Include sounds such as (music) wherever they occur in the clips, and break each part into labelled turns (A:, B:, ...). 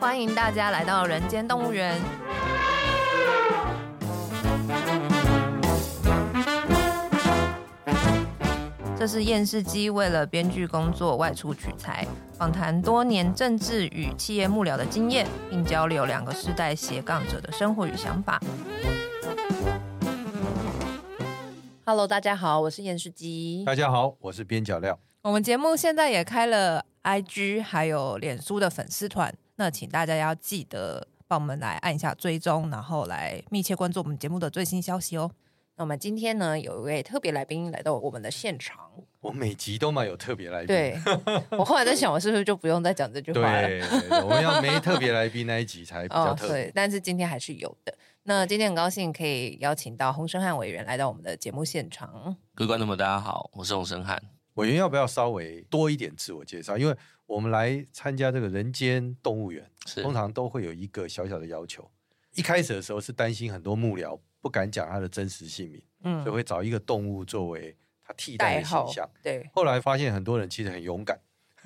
A: 欢迎大家来到人间动物园。这是验视机为了编剧工作外出取材，访谈多年政治与企业幕僚的经验，并交流两个世代斜杠者的生活与想法。Hello，大家好，我是验视机。
B: 大家好，我是边角料。
A: 我们节目现在也开了 IG 还有脸书的粉丝团，那请大家要记得帮我们来按一下追踪，然后来密切关注我们节目的最新消息哦。那我们今天呢，有一位特别来宾来到我们的现场。
B: 我每集都蛮有特别来宾，
A: 对我后来在想，我是不是就不用再讲这句话了？
B: 对，我们要没特别来宾那一集才比较
A: 哦，
B: 特别。
A: 对，但是今天还是有的。那今天很高兴可以邀请到洪生汉委员来到我们的节目现场。
C: 各位观众们，大家好，我是洪生汉。
B: 委员要不要稍微多一点自我介绍？因为我们来参加这个人间动物园，
C: 是
B: 通常都会有一个小小的要求。一开始的时候是担心很多幕僚不敢讲他的真实姓名，
A: 嗯
B: 所以会找一个动物作为他替代
A: 代
B: 的形
A: 号
B: 象。
A: 对，
B: 后来发现很多人其实很勇敢， (laughs)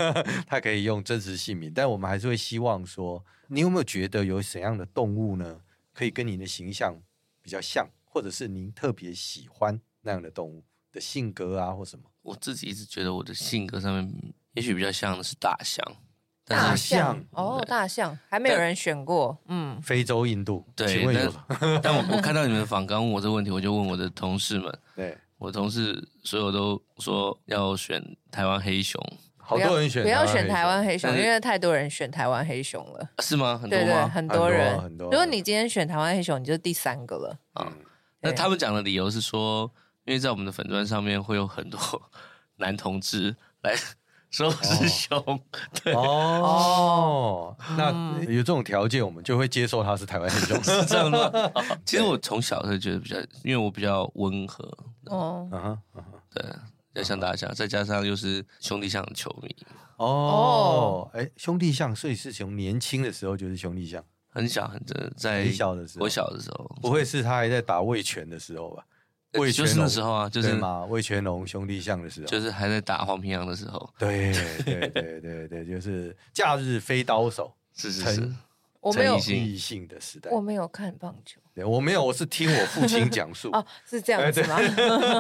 B: 他可以用真实姓名，但我们还是会希望说，你有没有觉得有怎样的动物呢，可以跟你的形象比较像，或者是您特别喜欢那样的动物的性格啊，或什么？
C: 我自己一直觉得我的性格上面，也许比较像的是大象，
B: 大
C: 但是
B: 象
A: 哦，大象还没有人选过，嗯，
B: 非洲、印度，
C: 对
B: 请问有
C: (laughs) 但我我看到你们的访刚问我这个问题，我就问我的同事们，
B: 对，
C: 我同事所有都说要选台湾黑熊，
B: 好多人
A: (laughs)
B: 选
A: 不要选台湾
B: 黑
A: 黑熊，
C: 但是
A: 因为太多人选台湾黑熊了。
C: 啊是吗？很多
A: 对对，
C: 吗？
A: 很多人。
B: 很多
A: 如果你今天选台湾黑熊，你就是第三个了。
C: 啊
B: 嗯，
C: 那
A: 对
C: 他们讲的理由是说，因为在我们的粉砖上面会有很多 (laughs) 男同志来说我是熊，
B: 熊啊哦，
A: 嗯
B: 那有这种条件，我们就会接受他是台湾黑
A: (laughs)
B: 熊。
C: 是 (laughs) 这样吗？其实我从小就觉得比较，因为我比较温和，
A: 哦
B: 嗯哼
C: 对，
B: 嗯
C: 要像大家，再加上又是兄弟象的球迷，
B: 哦，哎、兄弟象，所以是从年轻的时候就是兄弟象，
C: 很小很真的在
B: 很小的时候，
C: 哎我小的时候，
B: 不会是他还在打魏权的时候吧？魏全
C: 就是那
B: 龙
C: 时候啊，就
B: 哦对
C: 是
B: 嘛，魏全龙兄弟象的时候，
C: 就是还在打黄平洋的时候，
B: 对对对对对，就是假日飞刀手
C: 是是是
B: 陈，
A: 我没
C: 陈
A: 有
C: 奕，迅
B: 异性的时代。
A: 我没有看棒球。
B: 对我没有，我是听我
A: (laughs)
B: 父亲讲述。
A: 哦，是这样子吗？
B: (laughs) 哎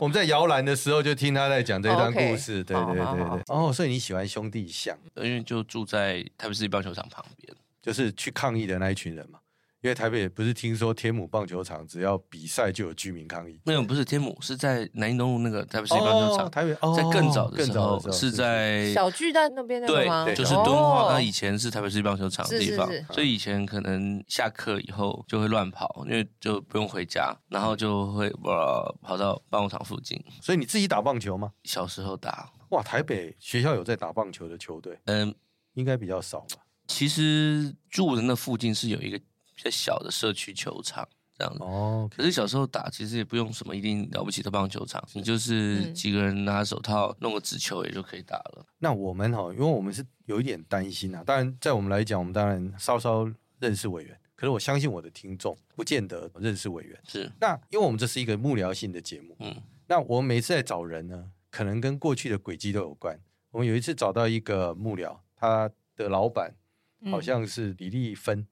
B: 我们在摇篮的时候就听他在讲这一段
A: 哦 OK
B: 故事。对对
A: 好
B: 对
A: 好
B: 对。哦，所以你喜欢兄弟象，
C: 呃因为就住在台北市立棒球场旁边，
B: 就是去抗议的那一群人嘛？因为台北不是听说天母棒球场只要比赛就有居民抗议。
C: 没有不是天母，是在南京东路那个台北市立棒球
B: 哦
C: 场，
B: 台北哦，
C: 在更早的
B: 更
C: 时
B: 早的
C: 候
B: 时候
C: 是在
A: (laughs) 小巨蛋那边那个吗？
C: 对，就是
A: 哦
C: 敦化，它以前是台北市立棒球场的地方
A: 是是，
C: 所以以前可能下课以后就会乱跑，因为就不用回家，然后就会呃跑到棒球场附近。
B: 所以你自己打棒球吗？
C: 小时候打，
B: 哇，台北学校有在打棒球的球队，
C: 嗯，
B: 应该比较少吧？
C: 其实住的那附近是有一个比较小的社区球场这样子。
B: 哦，
C: 可是小时候打，其实也不用什么一定了不起的棒球场，你就是
A: 嗯
C: 几个人拿手套弄个纸球也就可以打了。
B: 那我们哈，因为我们是有一点担心啊。当然，在我们来讲，我们当然稍稍认识委员，可是我相信我的听众不见得认识委员。
C: 是，
B: 那因为我们这是一个幕僚性的节目，
C: 嗯，
B: 那我们每次在找人呢，可能跟过去的轨迹都有关。我们有一次找到一个幕僚，他的老板好像是李丽芬，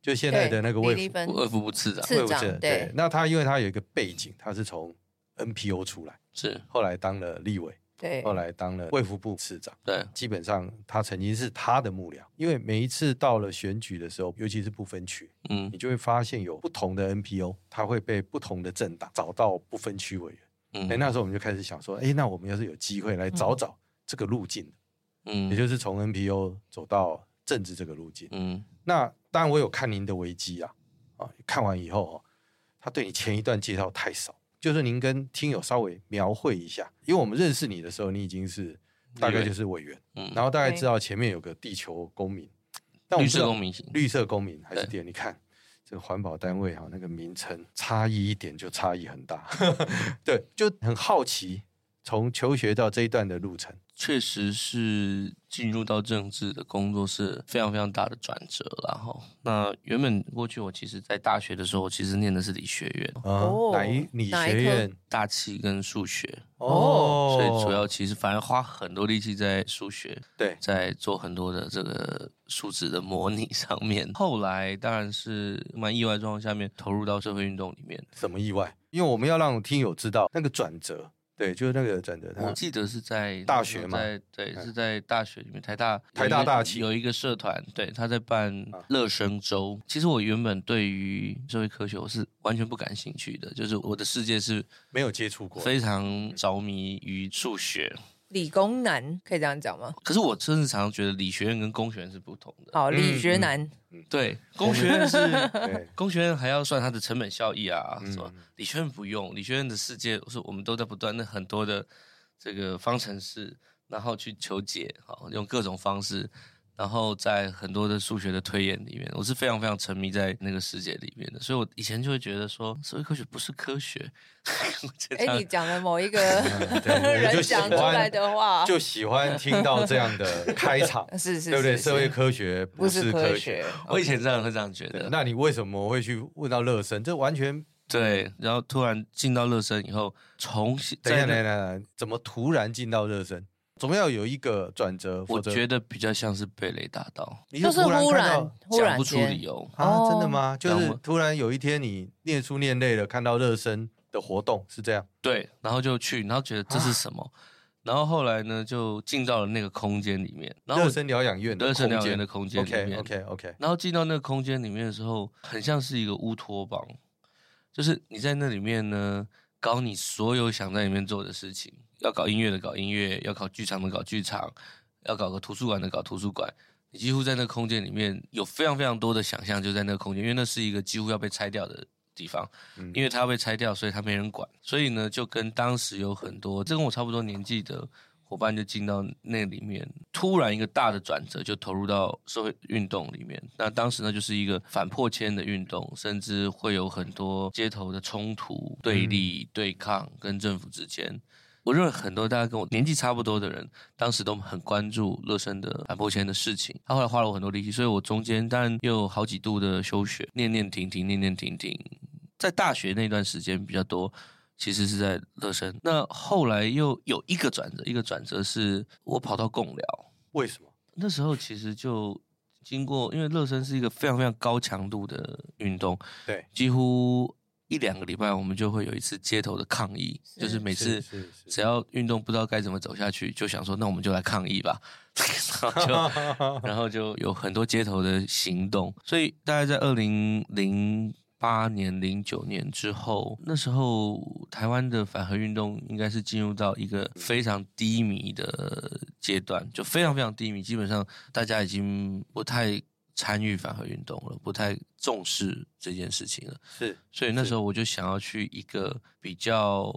B: 就现在的那个
A: 嗯对
B: 卫
A: 李丽
B: 福
A: 芬
C: 二副不次的，
A: 次
B: 卫福
A: 长
B: 者
A: 对
B: 那他因为他有一个背景，他是从 NPO 出来，
C: 是
B: 后来当了立委，
A: 对
B: 后来当了卫福部次长。
C: 对，
B: 基本上他曾经是他的幕僚，因为每一次到了选举的时候，尤其是不分区，
C: 嗯
B: 你就会发现有不同的 NPO，他会被不同的政党找到不分区委员。
C: 嗯，
B: 哎、那时候我们就开始想说，哎、那我们要是有机会来找找这个路径，也
C: 嗯
B: 就是从 NPO 走到政治这个路径。
C: 嗯
B: 那当然，我有看您的危机啊，啊，看完以后哦，他对你前一段介绍太少，就是您跟听友稍微描绘一下，因为我们认识你的时候，你已经是大概就是委员。
C: 嗯，
B: 然
C: 后
B: 后大概知道前面有个地球公民，但我
C: 绿
B: 们知
C: 色
B: 道
C: 公民型，
B: 绿色公民还是点，你看这个环保单位哈、啊
C: 嗯
B: (laughs) 那个名称差异一点就差异很大，对，就很好奇从求学到这一段的路程？
C: 确实是进入到政治的工作是非常非常大的转折啦。哈。那原本过去我其实，在大学的时候，我其实念的是理学院，
B: 啊
A: 哦
B: 哪一理
A: 哪一
B: 学
A: 科
B: 院？
C: 大气跟数学，
A: 哦
C: 所以主要其实反而花很多力气在数学，
B: 对
C: 在做很多的这个数值的模拟上面。后来当然是蛮意外的状况下面投入到社会运动里面。
B: 什么意外？因为我们要让听友知道那个转折，对，就是那个转折。
C: 嗯我
B: 他
C: 记得是在
B: 嗯大学嘛
C: 在对，
B: 嗯
C: 是在大学里面，台大
B: 台大大气
C: 有一个社团，对，他在办
B: 啊
C: 乐生周。其实我原本对于社会科学我是完全不感兴趣的，就是我的世界是
B: 没有接触过，
C: 非常着迷于数学。
A: 理工男可以这样讲吗？
C: 可是我甚至常常觉得理学院跟工学院是不同的。
A: 好，
B: 嗯
A: 理学男，
B: (laughs)
C: 对，工学院是
B: 对，
C: 工学院还要算它的成本效益啊，
B: 嗯
C: 什么理学院不用，理学院的世界是我们都在不断的很多的这个方程式，然后去求解，好用各种方式，然后在很多的数学的推演里面，我是非常非常沉迷在那个世界里面的，所以我以前就会觉得说，社会科学不是科学， (laughs) 我觉得这
A: 哎、
C: 样
A: 你讲了某一个
B: 嗯 (laughs) 对我就
A: 人
B: 喜
A: 讲出来
B: 欢
A: 的
C: 啊
A: 话，，
B: 就喜欢听到这样的开场
C: (laughs)
A: 是是，
B: 对不对？
A: 是
B: 社会
A: 是
B: 科学不
A: 不
B: 是
A: 是
B: 科
A: 科
B: 学
A: 学。，
C: 我以前这样会这样觉
B: 对
C: 得，
B: 那你为什么会去问到乐生？这完全
C: 对，然后突然进到乐生以后，重新
B: 等一下，等
C: 在那
B: 一下，等一下怎么突然进到热身？总要有一个转折，
C: 我
B: 否则
C: 觉得比较像是被雷打到，
B: 你
A: 就是
B: 忽
A: 忽
B: 看
A: 然
B: 到
A: 忽
C: 讲
A: 然
C: 不出
A: 间
C: 理由。
B: 啊，
A: 哦
B: 真的吗？就
C: 然
B: 是
C: 后
B: 突然有一天你念书念累了，看到热身的活动是这样，
C: 对，然后就去，然后觉得
B: 啊
C: 这是什么，然后后来呢就进到了那个空间里面，然后
B: 热
C: 我
B: 身疗养院的
C: 热身
B: 空
C: 疗养院
B: 间
C: 的空间里
B: OK
C: 面
B: OK OK，
C: 然后进到那个空间里面的时候，很像是一个乌托邦，就是你在那里面呢搞你所有想在里面做的事情，要搞音乐的搞音乐，要搞剧场的搞剧场，要搞个图书馆的搞图书馆。你几乎在那个空间里面有非常非常多的想象，就在那个空间，因为那是一个几乎要被拆掉的地方。
B: 嗯
C: 因为它被拆掉，所以它没人管，所以呢，就跟当时有很多这跟我差不多年纪的伙伴就进到那里面，突然一个大的转折，就投入到社会运动里面。那当时呢，就是一个反破迁的运动，甚至会有很多街头的冲突、对立、对抗跟政府之间。我认为很多大家跟我年纪差不多的人，当时都很关注乐生的反破千的事情，他后来花了我很多力气，所以我中间当然又有好几度的休学，念念停停，念念停停，在大学那段时间比较多，其实是在乐生。那后来又有一个转折，一个转折是我跑到贡寮，
B: 为什么？
C: 那时候其实就经过，因为乐生是一个非常非常高强度的运动，
B: 对，
C: 几乎一两个礼拜我们就会有一次街头的抗议，
A: 是
C: 就是每次
B: 是是是
C: 只要运动不知道该怎么走下去，就想说那我们就来抗议吧， (laughs) 然后就。然后就有很多街头的行动，所以大概在二零零八年、零九年之后，那时候台湾的反核运动应该是进入到一个非常低迷的阶段，就非常非常低迷，基本上大家已经不太参与反核运动了，不太重视这件事情了。
B: 是
C: 所以那
B: 是
C: 时候我就想要去一个比较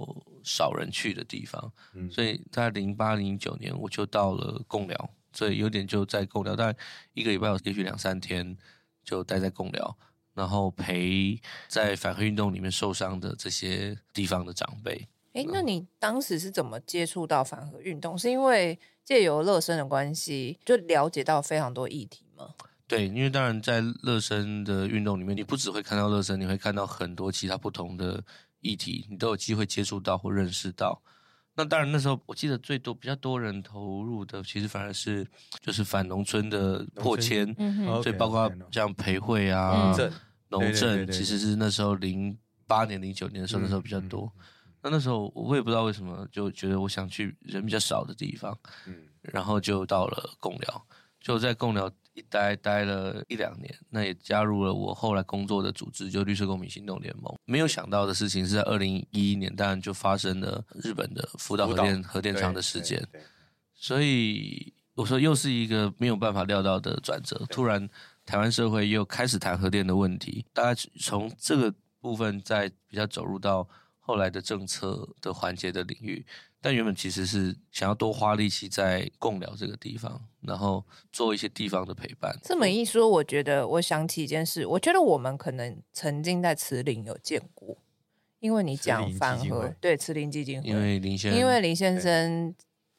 C: 少人去的地方，
B: 嗯
C: 所以在零八零九年我就到了贡寮，所以有点就在贡寮，大概一个礼拜，也许两三天就待在贡寮，然后陪在反核运动里面受伤的这些地方的长辈。
A: 哎、那你当时是怎么接触到反核运动？是因为借由乐生的关系，就了解到非常多议题吗？
C: 对，因为当然在热身的运动里面，你不只会看到热身，你会看到很多其他不同的议题，你都有机会接触到或认识到。那当然，那时候我记得最多比较多人投入的，其实反而是就是反农村的破迁，
A: 嗯
B: 哦
A: 哼，
C: 所以包括
B: OK，OK，农
C: 像培会啊、
A: 嗯
B: 正
C: 农
B: 对对对
C: 政，
B: 对
C: 其实是那时候零八年、零九年的时候，那时候比较多。那那时候我也不知道为什么，就觉得我想去人比较少的地方，
B: 嗯
C: 然后就到了贡寮，就在贡寮一待待了一两年，那也加入了我后来工作的组织，就绿色公民行动联盟。没有想到的事情是在二零一一年，当然就发生了日本的福岛
B: 福
C: 核
B: 岛
C: 电核电厂的
B: 时
C: 事件
B: 间，，对
C: 所以我说又是一个没有办法料到的转折，突然台湾社会又开始谈核电的问题，大家从这个部分再比较走入到后来的政策的环节的领域。但原本其实是想要多花力气在共聊这个地方，然后做一些地方的陪伴。
A: 这么一说，我觉得我想起一件事，我觉得我们可能曾经在慈林有见过，因为你讲
B: 林基
A: 反
B: 金
A: 核
B: 会，
A: 对，慈林基金会，
C: 因为林先生，
A: 因为林先生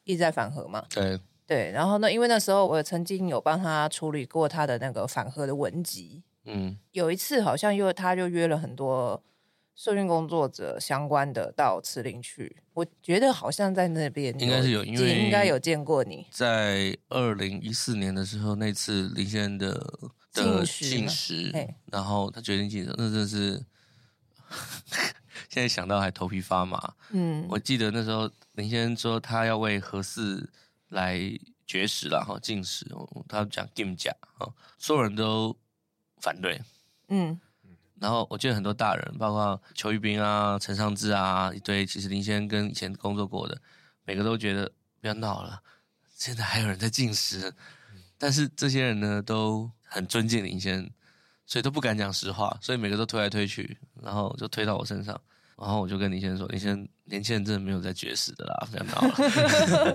A: 一直在反核嘛，
C: 对
A: 对，然后呢，因为那时候我曾经有帮他处理过他的那个反核的文集，
C: 嗯
A: 有一次好像又他就约了很多社运工作者相关的到慈林去，我觉得好像在那边
C: 应该是有因为
A: 应该有见过你，
C: 在二零一四年的时候，那次林先生的的
A: 禁食
C: 禁
A: 嘛
C: 食
A: 嘿，
C: 然后他决定禁食，那真的是现在想到还头皮发麻。
A: 嗯，
C: 我记得那时候林先生说他要为何四来绝食了哈，禁食，哦他讲禁甲哈，所有人都反对。
A: 嗯
C: 然后我记得很多大人，包括邱玉斌啊、陈尚志啊，一堆其实林先生跟以前工作过的，每个都觉得不要闹了，现在还有人在进食。 (laughs) 但是这些人呢，都很尊敬林先生，所以都不敢讲实话，所以每个都推来推去，然后就推到我身上。然后我就跟林先生说：“林先生，年轻人真的没有在绝食的啦，不要闹了，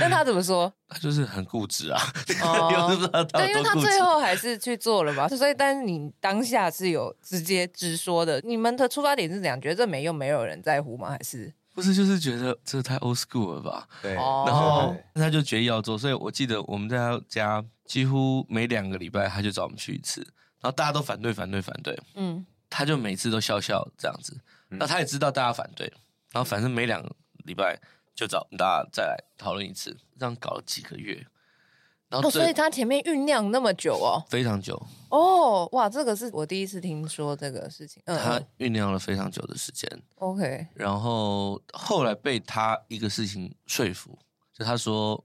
A: 那他怎么说？
C: (laughs) 他就是很固执啊。
A: 哦
C: 又是不知道他
A: 对，
C: 有
A: 因为
C: 多
A: 他
C: 固执
A: 最后还是去做了嘛，所以但是你当下是有直接直说的，你们的出发点是怎样？觉得这没用，没有人在乎吗？还是
C: 不是就是觉得这太 old school 了吧？
B: 对，
A: 哦
C: 然后
B: 对
C: 他就决意要做，所以我记得我们在他家几乎每两个礼拜他就找我们去一次，然后大家都反对反对反对，
A: 嗯
C: 他就每次都笑笑这样子。
B: 嗯
C: 那他也知道大家反对，然后反正每两个礼拜就找大家再来讨论一次，这样搞了几个月，然后
A: 哦，所以
C: 最
A: 他前面酝酿那么久哦，
C: 非常久，
A: 哦哇，这个是我第一次听说这个事情，嗯
C: 他
A: 嗯
C: 酝酿了非常久的时间，
A: ，OK，
C: 然后后来被他一个事情说服，就他说：“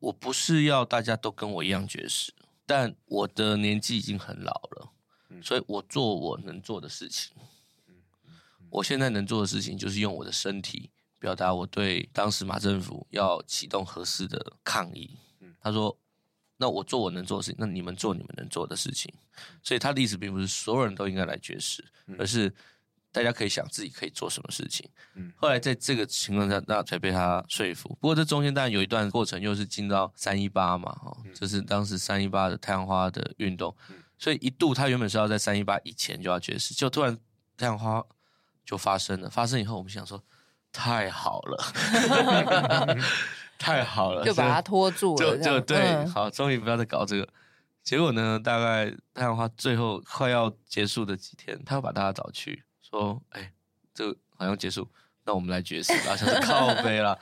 C: 我不是要大家都跟我一样绝食，但我的年纪已经很老了，
B: 嗯
C: 所以我做我能做的事情。
B: 嗯
C: 我现在能做的事情就是用我的身体表达我对当时马政府要启动合适的抗议。
B: 嗯”
C: 他说：“那我做我能做的事情，那你们做你们能做的事情。”所以他的意思并不是所有人都应该来绝食，
B: 嗯
C: 而是大家可以想自己可以做什么事情。 (laughs)
B: 嗯
C: 后来在这个情况下，那才被他说服。不过这中间当然有一段过程，又是进到三一八嘛，哦，
B: 嗯
C: 就是当时三一八的太阳花的运动，
B: 嗯
C: 所以一度他原本是要在三一八以前就要绝食，就突然太阳花就发生了。发生以后，我们想说太好了， (laughs)
B: (laughs)
C: 太好了，
A: 就把
C: 所以
A: 他拖住了
C: 就
A: 这样，
C: 就对，
A: 嗯
C: 好，终于不要再搞这个。结果呢，大概太阳花最后快要结束的几天，他又把大家找去，说：“哎，这个好像结束，那我们来绝食吧，像是靠背啦。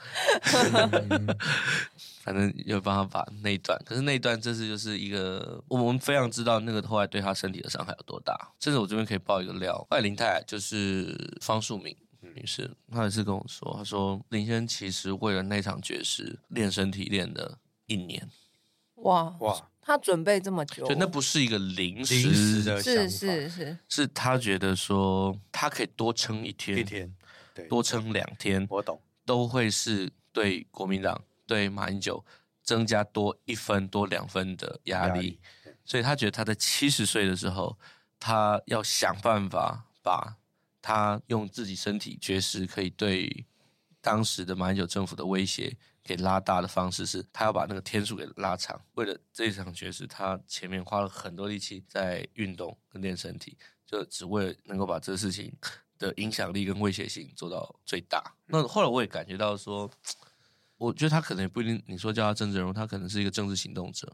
C: 反正又帮他把那一段，可是那一段这次就是一个，我们非常知道那个后来对他身体的伤害有多大。甚至我这边可以爆一个料，外林太就是方素敏女士，她也是跟我说，她说林先生其实为了那场绝食练身体练了一年，
A: 哇，
B: 哇，
A: 他准备这么久
C: 就，那不是一个临时
B: 临时的
A: 是
B: 想法
A: 是是，
C: 是他觉得说他可以多撑一天，
B: 一天，对，
C: 多撑两天，
B: 我懂，
C: 都会是对国民党、对马英九增加多一分、多两分的压力。
B: 压力
C: 所以他觉得他在七十岁的时候，他要想办法把他用自己身体绝食可以对当时的马英九政府的威胁给拉大的方式是，他要把那个天数给拉长。为了这一场绝食，他前面花了很多力气在运动跟练身体，就只为了能够把这个事情的影响力跟威胁性做到最大。那后来我也感觉到说，我觉得他可能也不一定，你说叫他政治人物，他可能是一个政治行动者，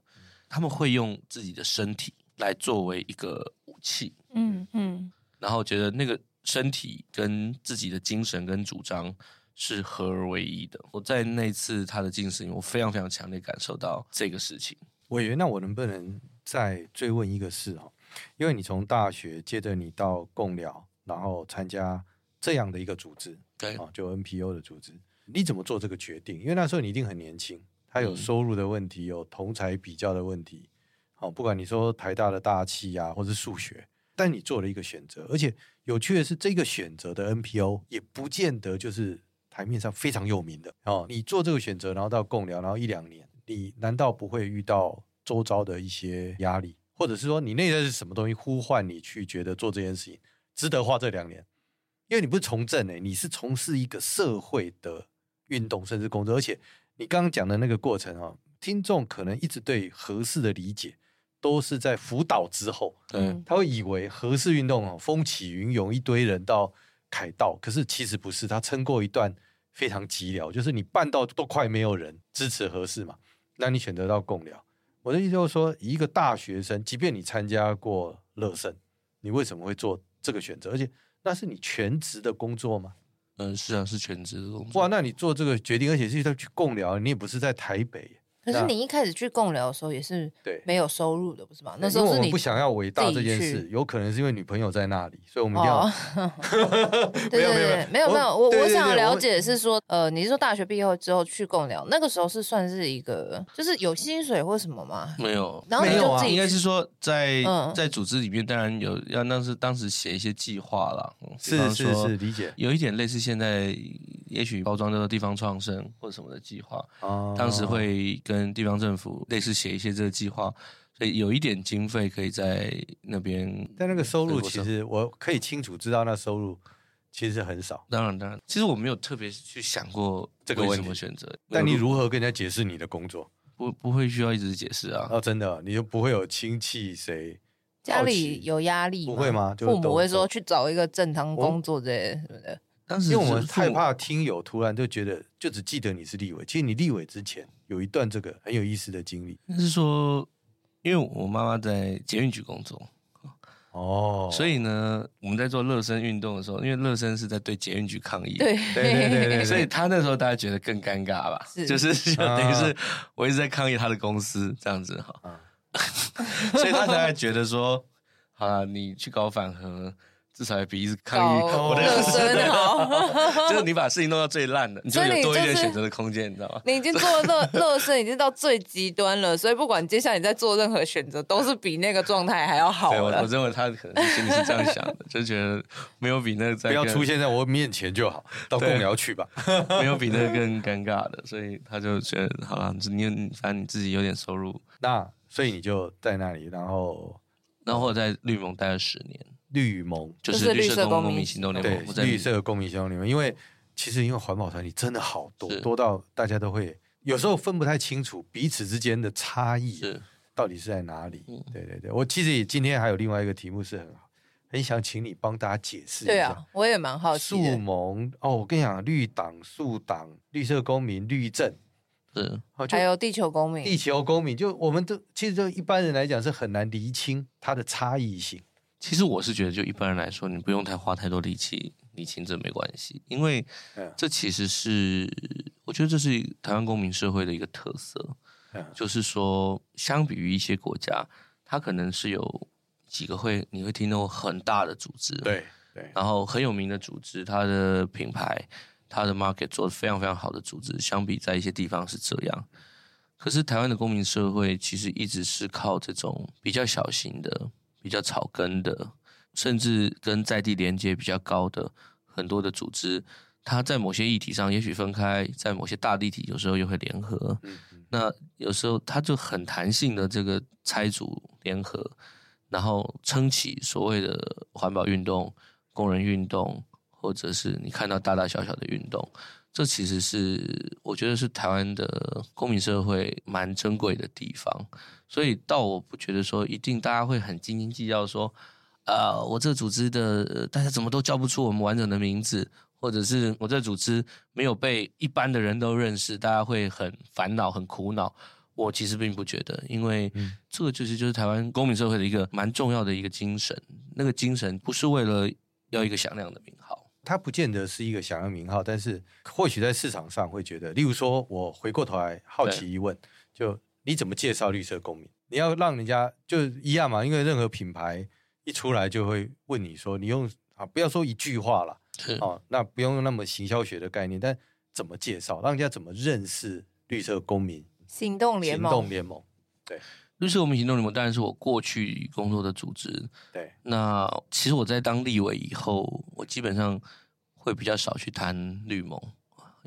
C: 他们会用自己的身体来作为一个武器，
A: 嗯嗯
C: 然后觉得那个身体跟自己的精神跟主张是合而为一的。我在那一次他的进食里，我非常非常强烈感受到这个事情。
B: 委员，那我能不能再追问一个事哦？因为你从大学接着你到共寮，然后参加这样的一个组织
C: 对
B: 啊，就 NPO 的组织，你怎么做这个决定？因为那时候你一定很年轻，他有
C: 嗯
B: 收入的问题，有同才比较的问题，好、不管你说台大的大气啊，或是数学，但你做了一个选择，而且有趣的是，这个选择的 NPO 也不见得就是台面上非常有名的哦。你做这个选择，然后到共聊，然后一两年，你难道不会遇到周遭的一些压力，或者是说你内在是什么东西呼唤你去觉得做这件事情值得花这两年？因为你不是从政诶、欸你是从事一个社会的运动甚至工作，而且你刚刚讲的那个过程啊，听众可能一直对合适的理解都是在辅导之后，
C: 对
A: 嗯
B: 他会以为合适运动哦，风起云涌，一堆人到凯道，可是其实不是，他撑过一段非常寂寥，就是你办到都快没有人支持合适嘛，那你选择到共聊。我的意思就是说，以一个大学生，即便你参加过乐圣，你为什么会做这个选择？而且那是你全职的工作吗？
C: 嗯，是啊，是全职的工
B: 哇，
C: 作。
B: 那你做这个决定，而且是要去共聊，你也不是在台北，啊
A: 可是
B: 那
A: 你一开始去共聊的时候也是
B: 对。
A: 没有收入的，不是吗？那
B: 因
A: 时
B: 为
A: 候
B: 我
A: 是
B: 们
A: 你
B: 不想要伟大
A: 自
B: 这
A: 己
B: 件
A: 去
B: 事，有可能是因为女朋友在那里，所以我们一定要 (laughs)
A: 哦， (laughs) 对
B: 没有
A: 对
B: 没有
A: 对，没有没有，我
B: 对
A: 我
B: 对
A: 想
B: 对
A: 了
B: 我
A: 解的是说，呃，你是说大学毕业后之后去共聊，那个时候是算是一个就是有薪水或什么吗？
C: 没有，
A: 然后
B: 你没有就啊自
A: 己
C: 应该是说在
A: 嗯
C: 在组织里面，当然有要当时当时写一些计划啦，嗯比
B: 是
C: 方
B: 是
C: 说
B: 是理解。
C: 有一点类似现在也许包装叫做地方创生或者什么的计划，
B: 哦
C: 当时会跟地方政府类似写一些这个计划，所以有一点经费可以在那边。
B: 但那个收入
C: 对我
B: 其
C: 知道
B: 实我可以清楚知道，那收入其实很少。
C: 当然，当然，其实我没有特别去想过
B: 这个
C: 为
B: 问
C: 什
B: 题
C: 么选择，
B: 但你
C: 我
B: 如何跟人家解释你的工作？
C: 不不会需要一直解释啊。
B: 哦，真的，你就不会有亲戚谁
A: 家
B: 好
A: 里
B: 奇
A: 有压力，
B: 不会？吗？就是
A: 父母
B: 都
A: 会说
B: 都
A: 去找一个正当
B: 我
A: 工作之类的，对不对？
C: 当时
B: 因为我们
C: 是父母
B: 害怕听友突然就觉得，就只记得你是立委。其实你立委之前有一段这个很有意思的经历
C: 是说，因为我妈妈在捷运局工作，
B: 哦，
C: 所以呢，我们在做热身运动的时候，因为热身是在对捷运局抗议，
A: 对
B: 对对对
C: (laughs)
B: 对，
C: 所以他那时候大家觉得更尴尬吧，
A: 是
C: 就是
B: 啊
C: 就等于是我一直在抗议他的公司这样子哈，
B: 啊
C: (laughs) 所以他才会觉得说，好了，你去搞反核，至少也比一直抗议
A: 搞
C: 我的
B: (laughs)
A: 热 (laughs) 身好
C: 就是你把事情弄到最烂了，你就
A: 所以
C: 有
A: 你
C: 多一
A: 就
C: 点
A: 是
C: 选择的空间，你知道吗？
A: 你已经做乐
C: (laughs)
A: 乐身已经到最极端了，所以不管接下来你在做任何选择，都是比那个状态还要好
C: 对我，我
A: 了。
C: 认为他可能心里是这样想的，就觉得没有比那个再
B: 不要
C: 更
B: 出现在我面前就好，到
C: 对
B: 共聊去
C: (laughs)
B: 吧。
C: 没有比那个更尴尬的，所以他就觉得好了，你你反正你自己有点收入。
B: 那所以你就在那里，然后
C: 然后我在绿盟待了十年，
B: 绿盟
C: 就
A: 就是
C: 是
A: 绿
C: 绿
A: 色
C: 色
A: 公
C: 公
A: 民
C: 民行动联
B: 对
C: 盟，我在
B: 绿色公民行动里面，因为其实因为环保团体真的好多，
C: 是
B: 多到大家都会有时候分不太清楚彼此之间的差异
C: 是
B: 到底是在哪里。
C: 嗯
B: 对对对，我其实也今天还有另外一个题目是很好，很想请你帮大家解释一
A: 对
B: 下。
A: 啊，我也蛮好奇
B: 树
A: 的。
B: 盟哦，我跟你讲，绿党、树党、绿色公民、绿政，
C: 是
B: 哦，就
A: 还有地球公民，
B: 地球公民，就我们都其实就一般人来讲是很难厘清它的差异性。
C: 其实我是觉得，就一般人来说，你不用太花太多力气理清这没关系，因为
B: 嗯
C: 这其实是我觉得这是台湾公民社会的一个特色，
B: 嗯
C: 就是说，相比于一些国家，它可能是有几个会你会听到很大的组织，
B: 对对，
C: 然后很有名的组织，它的品牌、它的 market 做的非常非常好的组织，相比在一些地方是这样。可是台湾的公民社会其实一直是靠这种比较小型的、比较草根的，甚至跟在地连接比较高的很多的组织，它在某些议题上也许分开，在某些大地体有时候又会联合。
B: 嗯嗯
C: 那有时候它就很弹性的这个拆组联合，然后撑起所谓的环保运动、工人运动，或者是你看到大大小小的运动，这其实是我觉得是台湾的公民社会蛮珍贵的地方。所以倒我不觉得说一定大家会很斤斤计较说，呃，我这个组织的呃大家怎么都叫不出我们完整的名字，或者是我这个组织没有被一般的人都认识，大家会很烦恼、很苦恼。我其实并不觉得，因为
B: 嗯
C: 这个就是就是台湾公民社会的一个蛮重要的一个精神。那个精神不是为了要一个响亮的名号，
B: 它不见得是一个响亮名号，但是或许在市场上会觉得，例如说，我回过头来好奇一问，就你怎么介绍绿色公民？你要让人家就一样嘛，因为任何品牌一出来就会问你说，你用啊，不要说一句话啦，
A: 嗯
C: 是
B: 哦，那不用用那么行销学的概念，但怎么介绍，让人家怎么认识绿色公民
A: 行动联
B: 行
A: 盟
B: 动，联盟？
C: 绿色公民行动联盟当然是我过去工作的组织。
B: 对，
C: 那其实我在当立委以后，我基本上会比较少去谈绿盟，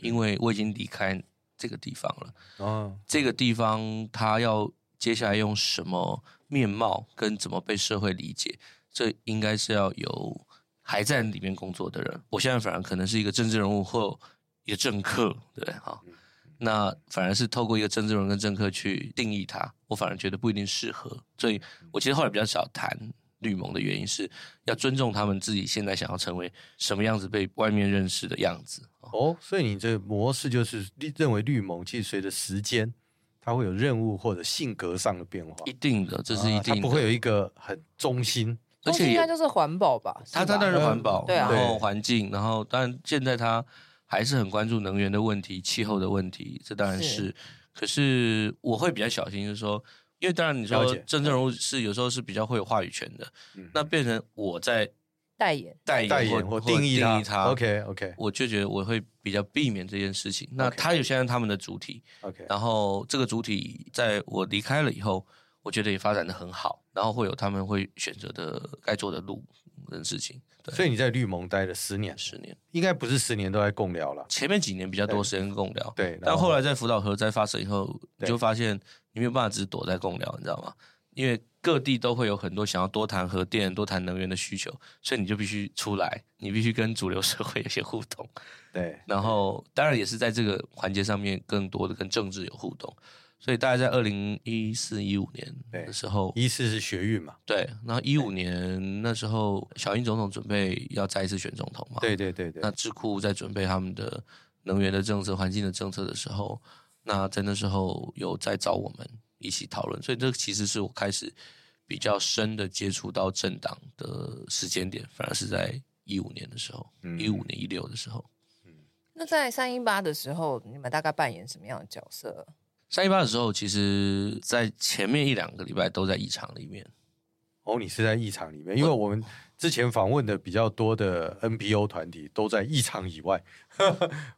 C: 因为我已经离开这个地方了。
B: 哦，
C: 这个地方它要接下来用什么面貌，跟怎么被社会理解，这应该是要由还在里面工作的人。我现在反而可能是一个政治人物或一个政客，对，好
B: 嗯，
C: 那反而是透过一个政治人物
B: 嗯
C: 跟政客去定义它，我反而觉得不一定适合，所以我其实后来比较少谈绿盟的原因是要尊重他们自己现在想要成为什么样子被外面认识的样子。哦
B: 哦，所以你这个模式就是绿认为绿盟其实随着时间，它会有任务或者性格上的变化，
C: 一定的，这是一
B: 啊它
C: 定的，
B: 不会有一个很中心。
D: 东
C: 而
D: 西
C: 且
D: 应该
C: 也
D: 就是环保吧？
C: 他
D: 在
C: 他当然
B: 呃
C: 环保，
D: 对啊
C: 然后
B: 对
C: 环境，然后当然现在他还是很关注能源的问题、气候的问题，这当然是。
D: 是
C: 可是我会比较小心，就是说，因为当然你说
B: 了解
C: 真正人物是有时候是比较会有话语权的，
B: 嗯
C: 那变成我在
D: 代言，
C: 代言
B: 代
C: 或
B: 言或
C: 定
B: 定义它
C: 义它
B: OK OK
C: 我就觉得我会比较避免这件事情。那
B: OK
C: 他有现在他们的主体，
B: OK，
C: 然后这个主体在我离开了以后，我觉得也发展的很好，然后会有他们会选择的该做的路跟事情。对，
B: 所以你在绿盟待了十年，
C: 十年
B: 应该不是十年都在共聊了。
C: 前面几年比较多
B: 对
C: 时间跟共聊，
B: 对，
C: 但后来在辅导核灾发生以后，你
B: 对
C: 就发现你没有办法只躲在共聊，你知道吗？因为各地都会有很多想要多谈核电、多谈能源的需求，所以你就必须出来，你必须跟主流社会有些互
B: (laughs)
C: 动。
B: 对
C: 然后当然也是在这个环节上面更多的跟政治有互动，所以大概在二零一四一五年
B: 对
C: 的时候，
B: 一次是学运嘛，
C: 对，然后一五年那时候小英总统准备要再一次选总统嘛，
B: 对对对对
C: 哦那，智库在准备他们的能源的政策、环境的政策的时候，那在那时候有在找我们一起讨论，所以这其实是我开始比较深的接触到政党的时间点，反而是在一五年的时候，
B: 嗯
C: 一五、年一六的时候。
D: 那在三一八的时候，你们大概扮演什么样的角色？
C: 三一八的时候，其实在前面一两个礼拜都在异常里面，
B: 哦，你是在异常里面，因为我们之前访问的比较多的 NPO 团体都在异常以外，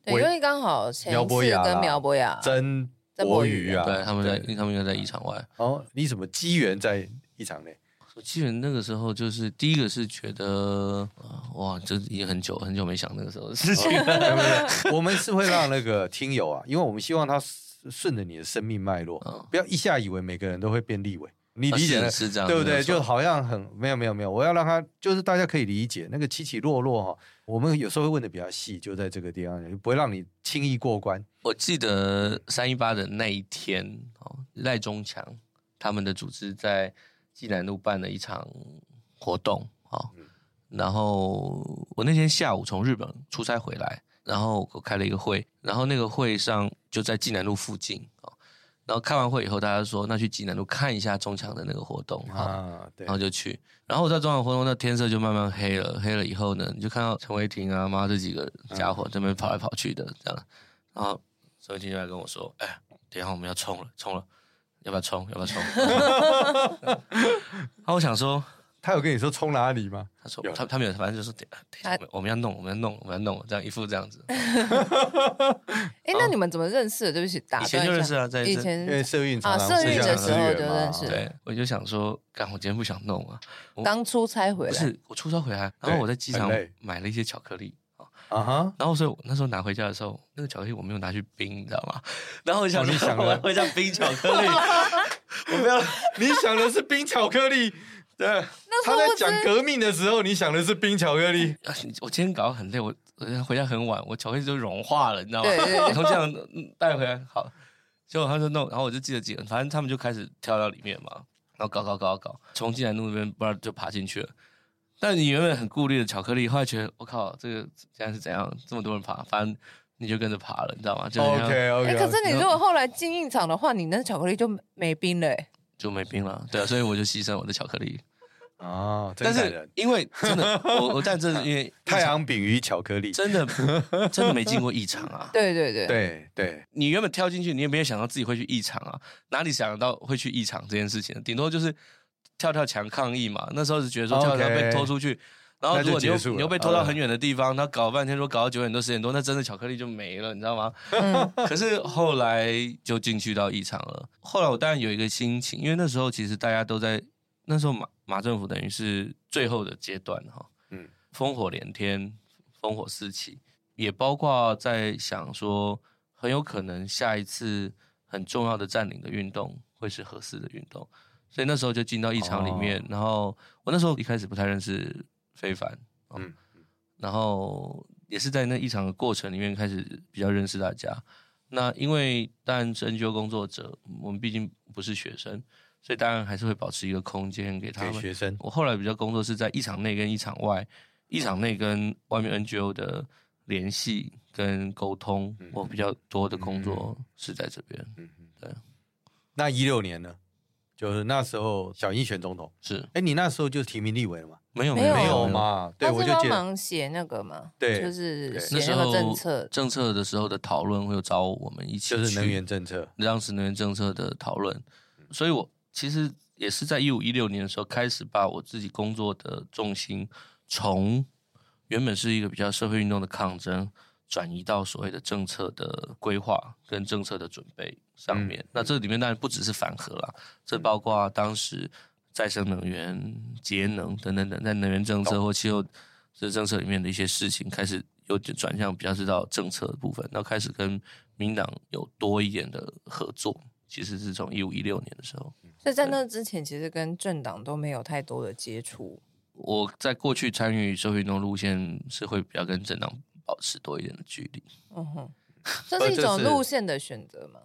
D: 对，
B: 我
D: 因为刚好前
B: 苗
D: 一
B: 博
D: 次
B: 雅啦
D: 跟苗博雅，
B: 曾
D: 曾
B: 博
D: 博
B: 宇
D: 宇
B: 啊，
C: 啊对，他们在，他们应该在异常外。
B: 哦，你什么机缘在异常内？ (laughs)
C: 我记得那个时候就是第一个是觉得，啊哇，这已经很久很久没想那个时候的
B: (laughs)
C: 事情了。
B: 我们是会让那个听友啊，因为我们希望他顺顺着你的生命脉络，
C: 嗯
B: 不要一下以为每个人都会变立委，你理解
C: 啊
B: 的、
C: 是是这样，
B: 对不
C: 没
B: 对？
C: 有错
B: 就好像很没有没有没有，我要让他就是大家可以理解那个起起落落哈、我们有时候会问的比较细，就在这个地方，不会让你轻易过关。
C: 我记得三一八的那一天，哦，赖中强他们的组织在济南路办了一场活动，哦，
B: 嗯
C: 然后我那天下午从日本出差回来，然后我开了一个会，然后那个会上就在济南路附近，哦，然后开完会以后，大家说那去济南路看一下中强的那个活动，哈、
B: 啊，对
C: 然，后就去。然后我在中场活动，那天色就慢慢黑了，黑了以后呢，你就看到陈伟霆啊，妈这几个家
B: 嗯
C: 伙这边跑来跑去的这样。然后陈伟霆就来跟我说：“哎，等一下我们要冲了，冲了，要不要冲？要不要冲？” (laughs) 然后我想说，
B: 他有跟你说冲哪里
D: 嗯
B: 吗？
C: 他说
B: 有
C: 他他们有，反正就说等等一下我们我们要弄，我们要弄，我们要弄，这样一副这样子。
D: 哎，那你们怎么认识的？对不起，打
C: 啊
D: 断
C: 以前就
D: 一
C: 认
D: 下
C: 识啊，在
D: 以
C: 在
B: 因为
D: 前
B: 社运常
D: 啊
B: 常
D: 社
B: 互
D: 运
B: 相
D: 的时
B: 支
D: 候
B: 援
D: 就
B: 嘛
D: 认识
C: 对，我就想说，干，我今天不想弄啊，
D: 刚出差回来，
C: 不是我出差回来，然后我在机场
B: 很累
C: 买了一些巧克力。哦
B: 啊哈，
C: 然后所以我那时候拿回家的时候，那个巧克力我没有拿去冰，你知道吗？ (laughs) 然后我
B: 哦
C: 想
B: 你
C: 说 (laughs)
B: 想
C: 我
B: 了
C: 要回家冰巧克力， (laughs) 啊
B: 我不要， (laughs) 你想的是冰巧克力，
D: (laughs)
B: 对，他在讲革命的时候，你想的是冰巧克力，
C: 啊我今天搞得很累，我我回家很晚，我巧克力就融化 (laughs) 了，你知道吗？
D: 对对对
C: 然后这样嗯带回来好，结果他就弄，然后我就记得几个，反正他们就开始跳到里面嘛，然后搞搞搞搞，从进来路那边不知道就爬进去了。但你原本很顾虑的巧克力，后来觉得我靠，这个现在是怎样？这么多人爬，反正你就跟着爬了，你知道吗？ (laughs) 就很像
B: 哦 OK
D: 哎，
B: OK，
D: 可是你如果后来进印场的话，你那巧克力就没冰了。哎
C: 就没冰了，对啊，所以我就牺牲我的巧克力。
B: 啊，
C: 但
B: 真感
C: 是
B: 人。
C: 因为
B: (laughs)
C: 真的，我我但这是因为
B: 太阳饼与巧克力，
C: 真的真的没进过异常啊。
D: 对对对，
B: 对对，
C: 你原本跳进去，你也没有想到自己会去异常啊，哪里想得到会去异常这件事情？顶多就是跳跳墙抗议嘛。那时候是觉得说跳
B: OK
C: 跳被拖出去，然后
B: 那就
C: 如果你又
B: 结束了
C: 你又被拖到很远的地方，他搞半天说搞到九点多十点多，那真的巧克力就没了，你知道吗？
D: 嗯，
C: 可是后来就进去到异常了。后来我当然有一个心情，因为那时候其实大家都在，那时候马马政府等于是最后的阶段哈，
B: 嗯
C: 嗯，烽火连天，烽火四起，也包括在想说，很有可能下一次很重要的占领的运动会是合适的运动，所以那时候就进到异常里面。
B: 哦
C: 然后我那时候一开始不太认识非凡，
B: 嗯
C: 嗯，然后也是在那异常的过程里面开始比较认识大家。那因为当然是 NGO 工作者，我们毕竟不是学生，所以当然还是会保持一个空间给他
B: 给
C: 们。
B: 学生
C: 我后来比较工作是在一场内跟一场外，一场内跟外面 NGO 的联系跟沟通，
B: 嗯
C: 我比较多的工作是在这边。
B: 嗯嗯，
C: 对。
B: 那一六年呢？就是那时候小英选总统，
C: 是
B: 哎，你那时候就提名立委了嘛？
C: 没有
D: 没有啊
B: 没有？嘛？对，
D: 他
B: 我
D: 哦是
B: 就
D: 帮
B: 记得
D: 忙写那个嘛，
B: 对
D: 就是
B: 对
D: 写
C: 那时
D: 那个
C: 候
D: 政策，
C: 政策的时候的讨论会有找我们一起
B: 就是能
C: 去
B: 源政策，
C: 当时能源政策的讨论，所以我其实也是在一五一六年的时候开始把我自己工作的重心从原本是一个比较社会运动的抗争，转移到所谓的政策的规划跟政策的准备上面。
B: 嗯
C: 那这里面当然不只是反核啦，这包括当时再生能源、节能等等等，在能源政策或气候这政策里面的一些事情，开始有点转向比较知道政策的部分，然后开始跟民党有多一点的合作。其实是从一五一六年的时候，
D: 所以在那之前其实跟政党都没有太多的接触。
C: 我在过去参与社会运动路线是会比较跟政党保持多一点的距离，
D: 嗯哼，这
B: 不
C: 呃
D: 是一
B: 这
D: 种
B: 是
D: 路线的选择嘛？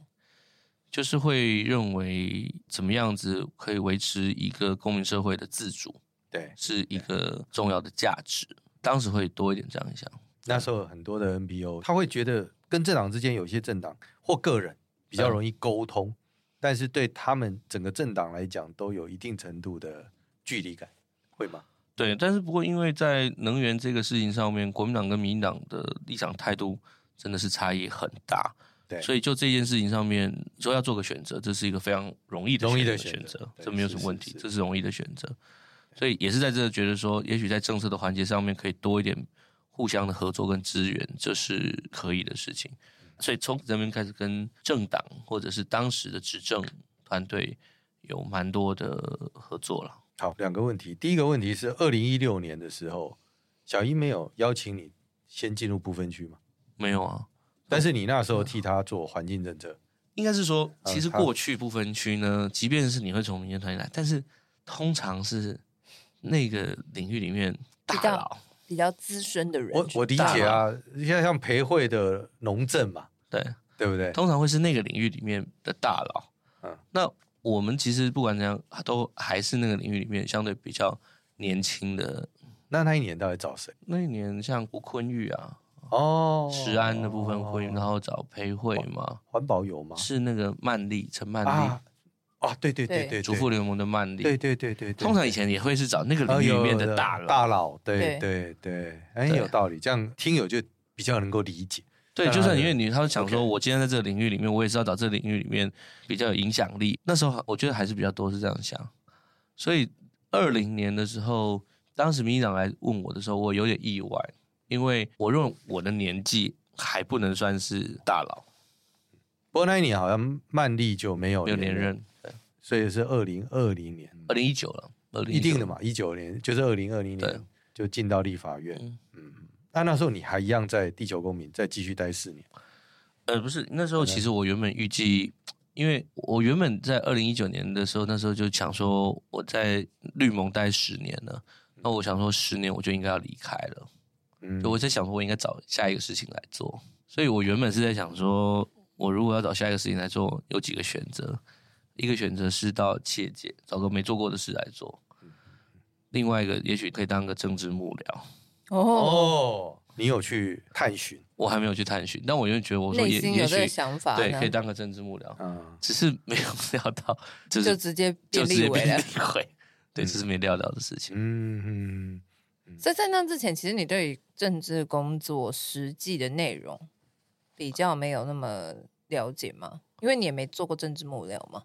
C: 就是会认为怎么样子可以维持一个公民社会的自主
B: 对，
C: 是一个重要的价值。当时会多一点这样想，
B: 那时候很多的 NPO，他会觉得跟政党之间有一些政党或个人比较容易沟通，但是对他们整个政党来讲都有一定程度的距离感，会吗？
C: 对，但是不过因为在能源这个事情上面，国民党跟民进党的立场态度真的是差异很大，
B: 对，
C: 所
B: 以
C: 以就这件事情上面说要做个选择，这是一个非常容易的
B: 容易
C: 选
B: 的选
C: 选
B: 择
C: 择，
B: 对
C: 这没有
B: 是
C: 什么
B: 是
C: 问题，
B: 是
C: 这是容易的选择。所以也是在这觉得说，也许在政策的环节上面可以多一点互相的合作跟支援，这是可以的事情。所以从这边开始跟政党或者是当时的执政团队有蛮多的合作了。
B: 好，两个问题。第一个问题是，二零一六年的时候，小英没有邀请你先进入不分区嘛？
C: 没有啊，
B: 但是你那时候替他做环境政策，
C: 应该是说，
B: 嗯
C: 其实
B: 好
C: 过去不分区呢，即便是你会从民间团体来，但是通常是那个领域里面
D: 比
C: 大
D: 较
C: 佬，
D: 比较资深
A: 嗯
D: 的人
B: 我
D: 去
B: 我理
D: 打
B: 解
D: 嘛，
B: 啊，像像培慧的农政嘛，
C: 对，
B: 对不对？
C: 通常会是那个领域里面的大佬。
B: 嗯
C: 嗯，那我们其实不管怎样，都还是那个领域里面相对比较年轻的。
B: 那那一年到底找谁？
C: 那一年像吴坤玉啊，
B: 哦，
C: 石安的部分坤玉，然后找裴慧嘛，
B: 环保有吗？
C: 是那个曼丽陈曼
B: 哦啊
C: 丽，
B: 啊，对对对
D: 对
B: 对，
C: 主妇联盟的曼丽。
B: 对对对对对，哦
C: 通常以前也会是找那个领域里面的大佬。
B: 大佬，对
D: 对
B: 对对，哎，
C: 对
B: 有道理，这样听友就比较能够理解。
C: 对，
B: 当
C: 就算
B: 然
C: 因为你他会想说，
B: OK
C: 我今天在这个领域里面，我也是要找这个领域里面比较有影响力。那时候我觉得还是比较多是这样想，所以二零年的时候，当时民进党来问我的时候，我有点意外，因为我认为我的年纪还不能算是大佬，
B: 不过那一年好像曼丽就没有
C: 没有连任，
B: 所以是二零二零年，
C: 二零一九了，二零
B: 一定的，嘛，一九年就是二零二零
C: 对
B: 年就进到立法院
C: 嗯。
B: 嗯，那那时候你还一样在地球公民再继续待四年，
C: 呃，不是，那时候其实我原本预计，因为我原本在二零一九年的时候，那时候就想说我在绿盟待十年了，那我想说十年我就应该要离开了。
B: 嗯
C: 就，我在想说，我应该找下一个事情来做。所以我原本是在想说，
D: 嗯
C: 我如果要找下一个事情来做，有几个选择。一个选择是到企业界找个没做过的事来做，
D: 嗯
C: 另外一个也许可以当个政治幕僚。
D: 哦，
B: 哦，你有去探寻
C: 我还没有去探寻，但我就觉哦得我说
D: 内
C: 也
D: 心
C: 也
D: 有这个
C: 许
D: 想法
C: 对
D: 呢
C: 可以，当个政治幕僚，
B: 啊？
C: 只是没有料到，就
D: 就是直接
C: (laughs) 就
D: 变
C: 直
D: 立
C: 接
D: 委
C: 变
D: 了嗯 (laughs)
C: 立。委，对，这是没料到的事情。
B: 嗯嗯，
D: 所以在那之前，其实你对于政治工作实际的内容比较没有那么了解嘛，因为你也没做过政治幕僚嘛。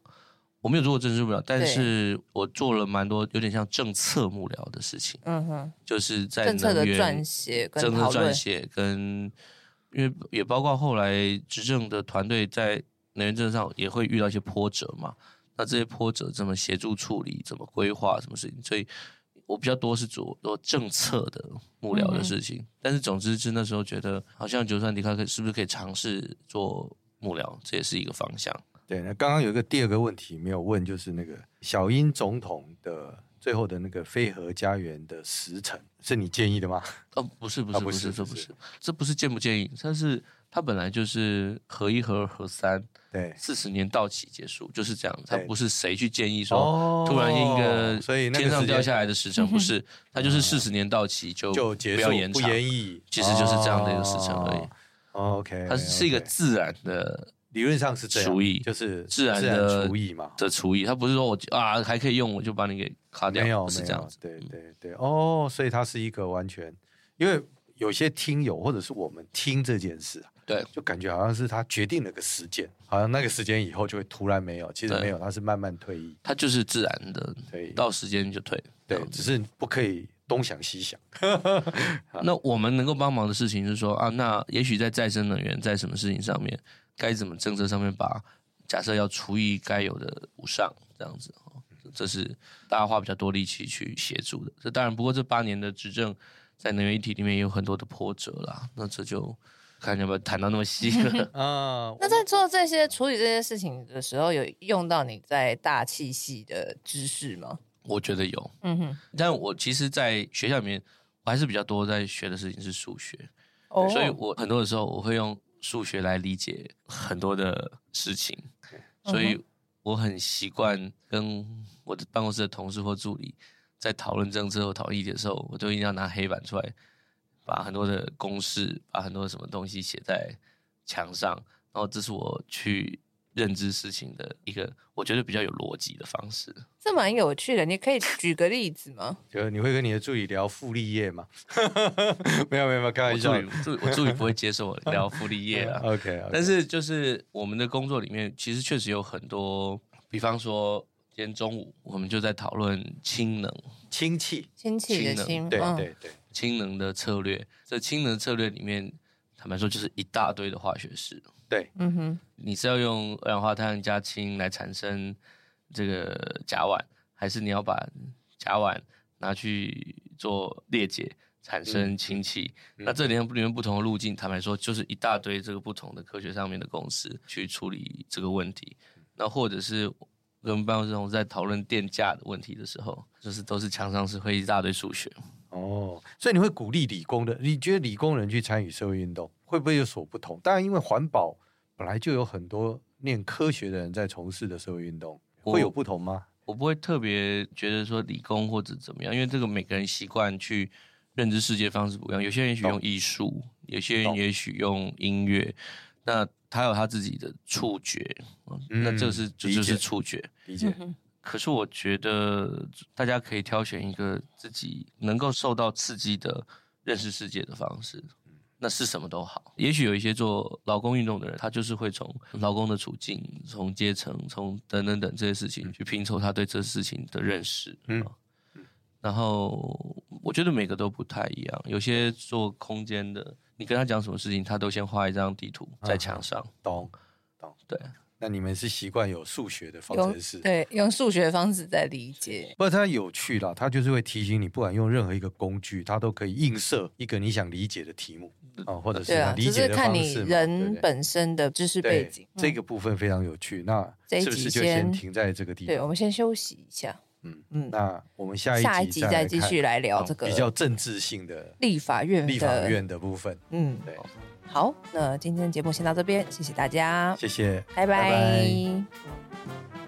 C: 我没有做过政治幕僚，但
D: 对
C: 是我做了蛮多有点像政策幕僚的事情，
D: 嗯哼，
C: 就是在
D: 政策的
C: 能源
D: 撰写跟
C: 政策
D: 讨
C: 撰
D: 论，
C: 写跟，因为也包括后来执政的团队在能源政策上也会遇到一些波折嘛。那这些波折怎么协助处理，怎么规划什么事情？所以我比较多是做做政策的幕僚的事情。但是总之是那时候觉得，好像就算迪卡克是不是可以尝试做幕僚，这也是一个方向。
B: 对，那刚刚有一个第二个问题没有问，就是那个小英总统的最后的那个飞核家园的时程，是你建议的吗？
C: 哦，不是不
B: 啊不
C: 是不
B: 是
C: 是，这
B: 不
C: 不
B: 是
C: 是这不是建不建议，但是它本来就是合一、合二、合三，
B: 对，
C: 四十年到期结束，就是这样。它
B: 对
C: 不是谁去建议 (laughs) 说
B: 哦
C: 突然一个
B: 所以那个
C: 天上
B: 时间嗯
C: 掉下来的时辰，
B: (laughs)
C: 不是，它就是四十年到期就
B: 就
C: 不
B: 结束，
C: 要延
B: 不
C: 长，
B: 延役，
C: 其实就是这样的一个时辰而已
B: 哦。哦 OK，
C: 它是一个
B: OK
C: 自然的
B: 理论上是这样，
C: 厨艺
B: 就是
C: 自然的
B: 的厨艺嘛，
C: 的厨艺，它不是说我啊还可以用，我就把你给卡
B: 没
C: 掉，
B: 有
C: 不是
B: 没
C: 这样
B: 有
C: 子，。嗯
B: 对对对，哦，所以它是一个完全，因为有些听友或者是我们听这件事啊，
C: 对
B: 就感觉好像是他决定了个时间，好像那个时间以后就会突然没有，其实
C: 对
B: 没有，它是慢慢退役，
C: 它就是自然的，
B: 退役，
C: 到时间就退。这
B: 对，
C: 样
B: 只
C: 子
B: 是不可以东想西想，。
C: 那我们能够帮忙的事情是说啊，那也许在再生能源在什么事情上面，该怎么政策上面把假设要除以该有的补上，这样子哦，这是大家花比较多力气去协助的。这当然，不过这八年的执政在能源议题里面也有很多的波折啦，那这就看要不要谈到那么细了
B: (laughs) 啊，
D: 那在做这些处理这些事情的时候，有用到你在大气系的知识吗？
C: 我觉得有，
D: 嗯哼，
C: 但我其实，在学校里面，我还是比较多在学的事情是数学。
D: 哦
C: 所以我很多的时候我会用数学来理解很多的事情，
A: 嗯
C: 所
D: 嗯
C: 以我很习惯跟我的办公室的同事或助理在讨论政策或讨论议题的时候，我都一定要拿黑板出来，把很多的公式、把很多什么东西写在墙上，然后这是我去认知事情的一个我觉得比较有逻辑的方式。
D: 这蛮有趣的，你可以举个例子吗？
B: 就你会跟你的助理聊复利业嘛？ (laughs) 没有没有没有，开
C: 我
B: 玩
C: 助
B: 笑嗯
C: 理助我助理不会接受我聊福利业
B: (laughs)
C: 啊，
B: ，OK，
C: 但是就是我们的工作里面，其实确实有很多，比方说今天中午我们就在讨论氢能，
B: 亲戚，
D: 亲戚的
C: 亲人
D: 亲，
B: 对
D: 嗯
B: 对对，
C: 氢能的策略。这氢能策略里面，坦白说就是一大堆的化学式，
D: 嗯哼，
C: 你是要用二氧化碳加氢来产生这个甲烷，还是你要把甲烷拿去做裂解？产生氢气，
B: 嗯
C: 那这两里面不同的路径，坦白说，就是一大堆这个不同的科学上面的公式去处理这个问题。那或者是跟办公室同事在讨论电价的问题的时候，就是都是墙上是会一大堆数学。
B: 哦，所以你会鼓励理工的？你觉得理工人去参与社会运动，会不会有所不同？当然，因为环保本来就有很多念科学的人在从事的社会运动，
C: 我
B: 会有不同吗？
C: 我不会特别觉得说理工或者怎么样，因为这个每个人习惯去认知世界方式不一样。有些人也许用艺术，有些人
B: 懂
C: 也许用音乐，那他有他自己的触觉，
B: 嗯
C: 那这个是这
B: 理解
C: 就是触觉。
B: 理
D: 嗯
B: 解，
D: 哼，
C: 可是我觉得大家可以挑选一个自己能够受到刺激的认识世界的方式，那是什么都好。也许有一些做劳工运动的人，他就是会从劳工的处境、从阶层、从等等等这些事情去拼凑他对这事情的认识。
B: 嗯
C: 嗯。然后我觉得每个都不太一样，有些做空间的，你跟他讲什么事情，他都先画一张地图在墙上。
B: 懂懂。
C: 对，
B: 那你们是习惯有数学的方
D: 用
B: 程式，
D: 对用数学方式在理解，
B: 不过它有趣啦，它就是会提醒你，不管用任何一个工具，它都可以映射一个你想理解的题目
C: 嗯
B: 啊、或者是
D: 对啊，
B: 理
D: 只
B: 解
D: 是
B: 的
D: 看
B: 方
D: 你
B: 式嘛。对不
D: 人
B: 对
D: 本身的知识背
B: 对
D: 景。嗯
B: 这个部分非常有趣，那
D: 这一
B: 是不
D: 集
B: 是就先
D: 先
B: 停在这个地
D: 对，哦我
B: 方？
D: 们先休息一下，
B: 嗯
D: 嗯，
B: 那我们下一
D: 下一集再
B: 来
D: 继
B: 看
D: 续来聊
C: 嗯
D: 这个
B: 比较政治性的
D: 立法院
B: 立法
D: 的，
B: 院的部分。
D: 嗯，
B: 对，
D: 好，那今天节目先到这边，谢谢大家，
B: 谢谢。
D: 拜
B: 拜拜